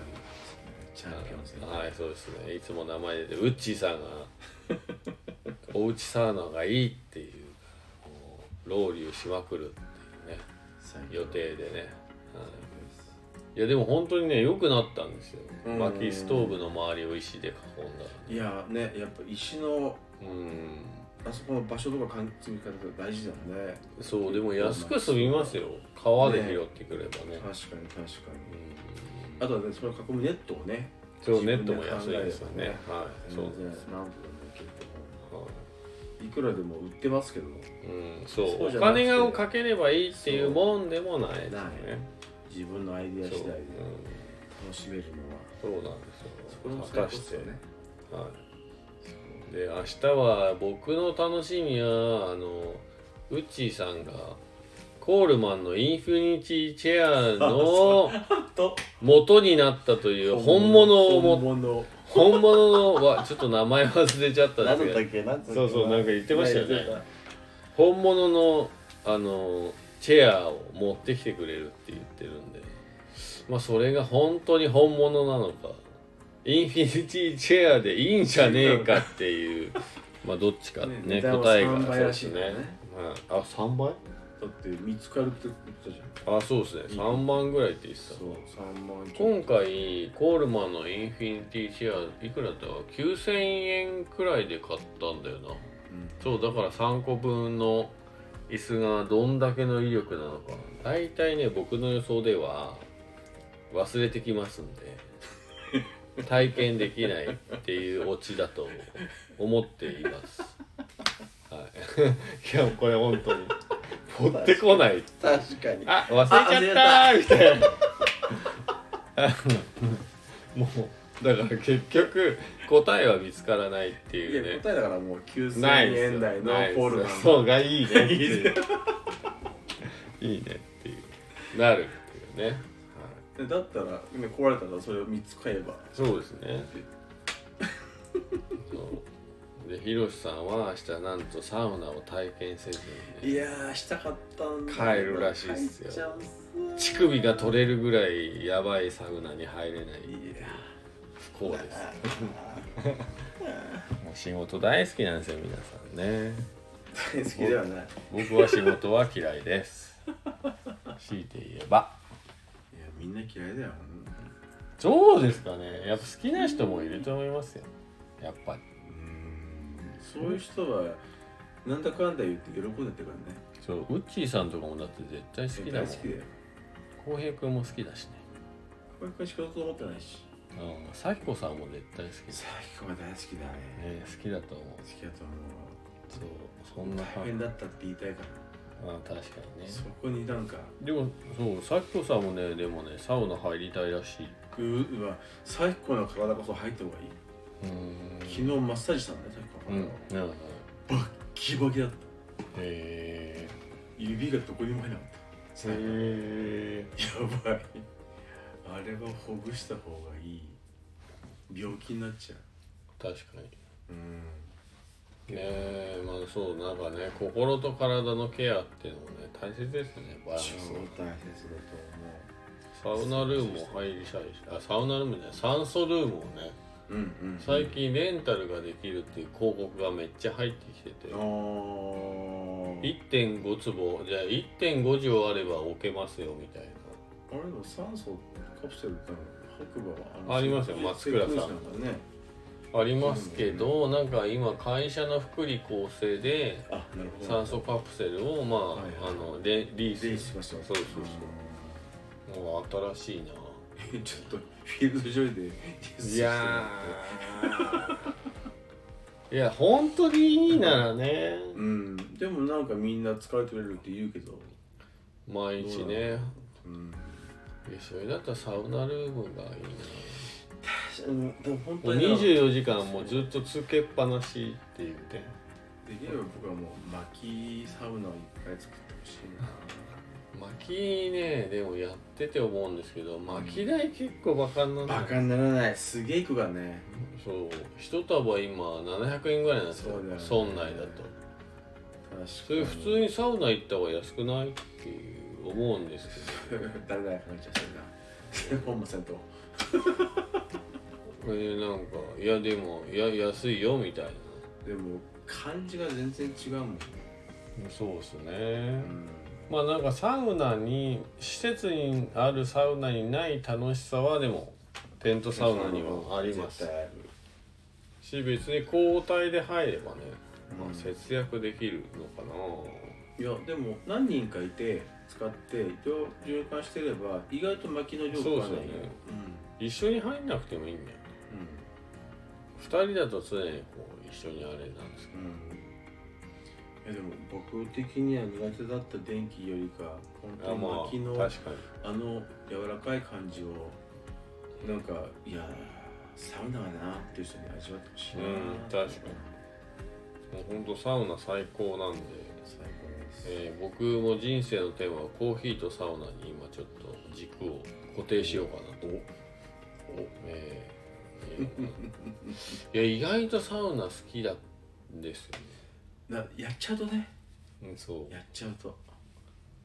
チャンピオンズね
はいそうですねいつも名前出てウッチー さんがおうちサウナがいいっていうもうロウリュしまくるっていうね
最高
予定でね、は
です
いやでも本当にね良くなったんですよ、
うん
薪ストーブの周りを石で囲んだ
いやーねやっぱ石の
うん
あそこの場所とか積み方とか大事だよね
そうでも安く済みますよ川で拾ってくればね
確かに確か
う
に
ん
あとはねそれを囲むネットをね
そうネットも安いですよねはい
そ
そうう
ね
です、
なんとでも結構
はい
くらでも売ってますけど
うん、そう
そうじ
お
ゃなくて
金をかければいいっていうもんでもないですね
自分のアイディア
そう
次第
う
で
ん
楽しめるのは
そうなん
これも
です
それ
よ果
こ
た
そ
して、
ね
はい、で明日は僕の楽しみはあのウッチーさんがコールマンのインフィニティチェアの
と
元になったという本物を
本
も
物
本物のはちょっと名前忘れちゃったんですけど
けなんだっけ
そうそうなんか言ってましたよね
言って
本物のあのチェアを持ってきてくれるって言ってるんでまあそれが本当に本物なのかインフィニティチェアでいいんじゃねえかって いうまあどっちかね
ね値段は
答えが
3倍らしい
そう
か
で
ら
す
ね
ね、はい、あ三3倍
だって見つかるって言ってたじゃん
あそうですね3万ぐらいって言ってた
そう3万ちょっ
今回コールマンのインフィニティチェアいくらだったか9000円くらいで買ったんだよなそうだから3個分の椅子がどんだけの威力なのか大体ね僕の予想では忘れてきます んで体験できないっていうオチだと思っています、 はい、いやこれ本当に持ってこない
と確かに
あ忘れちゃったーみたいなあのもうだから結局答えは見つからないって
い
いうね
や答えだからもう
ない
9000
ですよ
円台の
ないです
コールマン
そうがいいねっていういいねっていうなるっていうね、はい、
でだったら今壊れたらそれを3つ買えば
そうですねそうでひろしさんは明日なんとサウナを体験せずに、
い
ね、
やーしたかったんだけ
帰
ど
るらしいっすよ
帰っちゃうっす
乳首が取れるぐらいやばいサウナに入れない
いや
不幸です もう仕事大好きなんですよ皆さんね
ー大好きではない
僕は仕事は嫌いです強いて言えば
いやみんな嫌いだよ
そうですかねやっぱ好きな人もいると思いますよやっぱり
そういう人はなんだかんだ言って喜んでってからね
そうウッチーさんとかもだって絶対好きだ
大
も
好きだよ
ん浩平君も好きだしね
これから仕事と思ってないし
うん咲子さんも絶対好き
さきこは大好きだね
ね好きだと思う
好きだと思
そうそん
う
な
大
感
変
じ
だったって言いたいから
あ確かにね
そこになんか
でもそう咲子さんもねでもねサウナ入りたいらしいう
うわ最高の体こそ入った方がいい
ー
う昨日
ん
マッサージしたんだよ最
うん
高
う
の
んなるほど
体バッキバキだった
へ
指がどこにも入らなかった
えへ
やばいあれはほぐした方がいい病気になっちゃ
確かに
ううん
ねえまあそうなんかね心と体のケアっていうのもね大切ですねバランス
超大切だと思
サウナルームを入りたいしあサウナルームじゃない酸素ルームをね
ううんうん
最近レンタルができるっていう広告がめっちゃ入ってきてて
あー
1.5坪じゃあ1.5畳あれば置けますよみたいな
あれでも酸素カプセルっての白馬はの
ありますよ松倉さん
セクションだね
ありますけどなんか今会社の福利厚生で
あなるほど
酸素カプセルをまあ,、
はいはい
あのレリース
リリースしました
そうそうそうもう新しいな
うん ちょっとフィールド上でリリース
い
しても
や
らって
ーいや本当にいいならね
うんでもなんかみんな疲れてくれるって言うけど
毎日ね
うん
いやそれだったらサウナルームがいいな
でも本
もう
だから
24時間もうずっとつけっぱなしっていうね
できれば僕はもう薪サウナをいっぱい作ってほしいな
薪ねでもやってて思うんですけど薪代結構バカにな
バカにならないすげえ行くがね
そう一束今700円ぐらいなんですよ
そうだよね
村内だと
確かに
それ普通にサウナ行った方が安くないっていう思うんですけど
誰だよ話しちゃってんな本もせんと
えーなんかいやでもいや安いよみたいな
でも漢字が全然違うもんね
そうっすね
うん
まあなんかサウナに施設にあるサウナにない楽しさはでもテントサウナにはあります
絶対ある
し別に交代で入ればね、まあ、節約できるのか
いやでも何人かいて使って一循環してれば意外と薪の量
なそう
が
ですよ
ない
ね
う
一緒に入んなくてもいいんだよ2人だと常にこう一緒にあれなんですけ
んうんいやでも僕的には苦手だった電気よりか
どあま
本当に薪の
あ確かに
あの柔らかい感じをなんかいやサウナはなっていう人に味わってほしいな
うん確かにもうほんとサウナ最高なんで、
最高です、
えー僕も人生のテーマはコーヒーとサウナに今ちょっと軸を固定しようかなとおえーえ ーいや意外とサウナ好きだんですよ
なやっちゃうとね
ね、うん、そう
やっちゃうと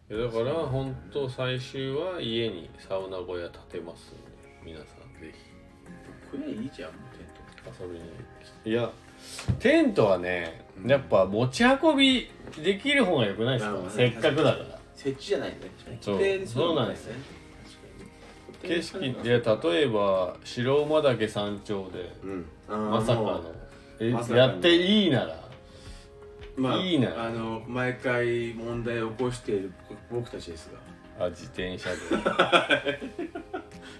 いやだから本当最終は家にサウナ小屋建てますんで皆さんぜひ
これいいじゃんもうテント
遊びに来ていやテントはねやっぱ持ち運びできる方が良くないですか、
まあ
せっかくだから
設置じゃないね
そう
固定にるのがいい
そうなん
確かに
景色で例えば白馬岳山頂で
うんあー
まさか
も
の
う
え
まさかの
やっていいなら
まあ、
いいな
あの毎回問題を起こしている僕たちですが
あ自転車で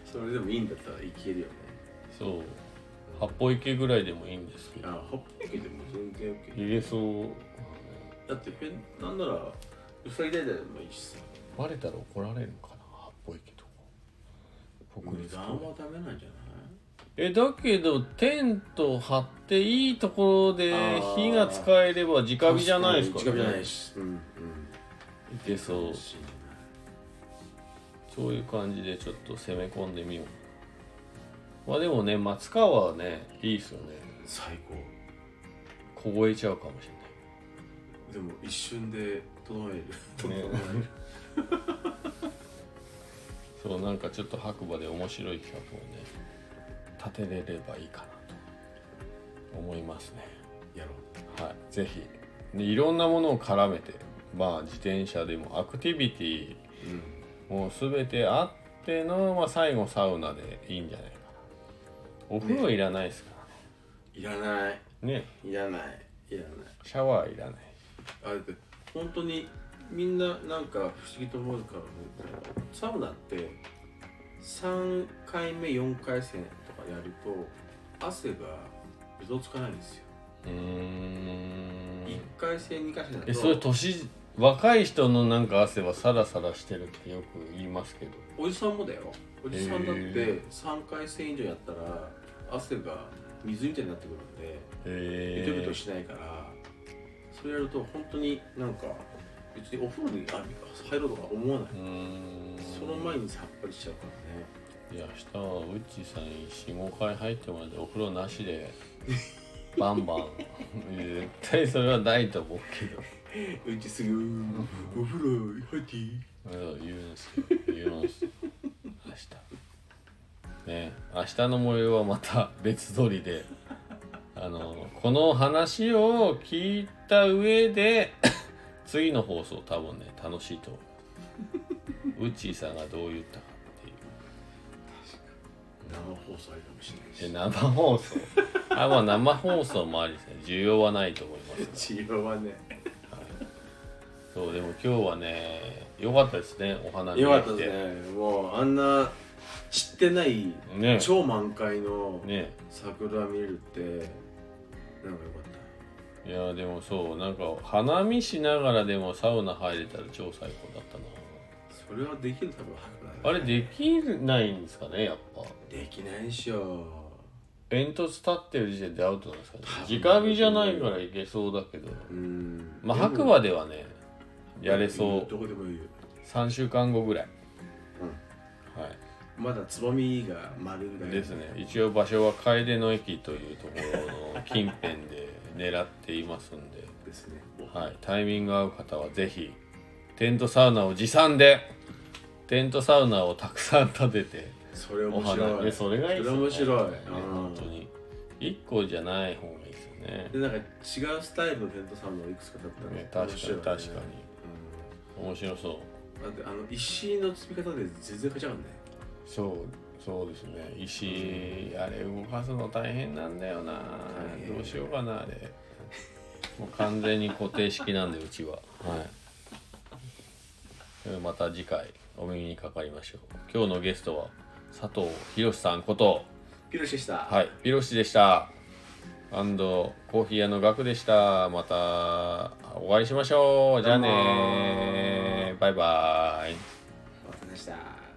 それでもいいんだったらいけるよね
そう八歩池ぐらいでもいいんですけど
あホップ駅でも全然 OK
入れそう
だって変なんならウサギ大でもいいしさ
バレたら怒られるのかな八歩池とか国
値
立
段
公園
はダメなんじゃ
えだけどテントを張っていいところで
あー
火が使えれば直
ない
火じゃないですから、ね、
直火じゃないしうんうん
いけそう
し
そういう感じでちょっと攻め込んでみようまあでもね松川はねいいっすよね
最高
凍えちゃうかもし
でも一瞬で 整える
れない、ね、そうなんかちょっと白馬で面白い企画をね立てれればいいかなと思いますね
やろう
はい、ぜひでいろんなものを絡めてまあ自転車でもアクティビティもう全てあっての、まあ、最後サウナでいいんじゃないかなお風呂いらないですか
いらない
らねね
いらないいらない
シャワーいらない
あれって本当にみんななんか不思議と思うから、ね、サウナって3回目4回戦とかやると汗がうぞつかないんですよ、
うー
一
ん
1回戦2回戦だ
えそれ
と
年若い人のなんか汗はサラサラしてるってよく言いますけど
おじさんもだよおじさんだっ
へ
て
ー
3回戦以上やったら汗が水みたいになってくるんでビトビ
え
トしないからそれやると本当になんか別にお風呂にあ入ろうとか思わない、
ー、うーん
その前にさっぱりしちゃうからね
いや明日はウッチーさんに45回入ってもらってお風呂なしでバンバン絶対それはないと思うけど
うちすぐお風呂入っていい
うん言うんですよ言うんですよ明日ね明日の模様はまた別撮りであのこの話を聞いた上で 次の放送多分ね楽しいと思うウッチーさんがどう言ったかっていう
生放送あるかもしれ
え
ない
生放送あまあ生放送もありですね需要はないと思います
し治療はね
そうでも今日はね良かったですねお花見
よか
が
った
来て
ですねもうあんな散ってない
ね
超満開の
ね
桜見れるってなんかよかった
いやでもそうなんか花見しながらでもサウナ入れたら超最高だったな
それはできる多分
あれできないんですかねやっぱ
できないでしょ
煙突立ってる時点でアウトなんですかね
多分
直火じゃないからいけそうだけど
うん
まあ白馬ではねやれそ
ど
う
こでもいいよ
3週間後ぐらい、はい
まだつぼみが丸ぐらい
ですね一応場所は楓の駅というところの近辺で狙っていますんで、
ですね
はい、タイミング合う方はぜひテントサウナを持参でテントサウナをたくさん立てて
それ
お
面
花
白
ね
い
それがいいです
そ
ね
れ面白い
ね
うん
本当に1個じゃない方がいいですよね
でなんか違うスタイルのテントサウナをいくつかだったら
ね確かに
面白いよ
確かに、
うん
面白そう
だってあの石の積み方で全然勝ち上がんない
そうそうですね石あれ動かすの大変なんだよな
大変
どうしようかなあれもう完全に固定式なんでうちははいそれまた次回お耳にかかりましょう今日のゲストは佐藤博さんこと
ピロシでした
はいピロシでしたアンドコーヒー屋のガクでしたまたお会いしましょうじゃあねバイバイ
お疲れ様でした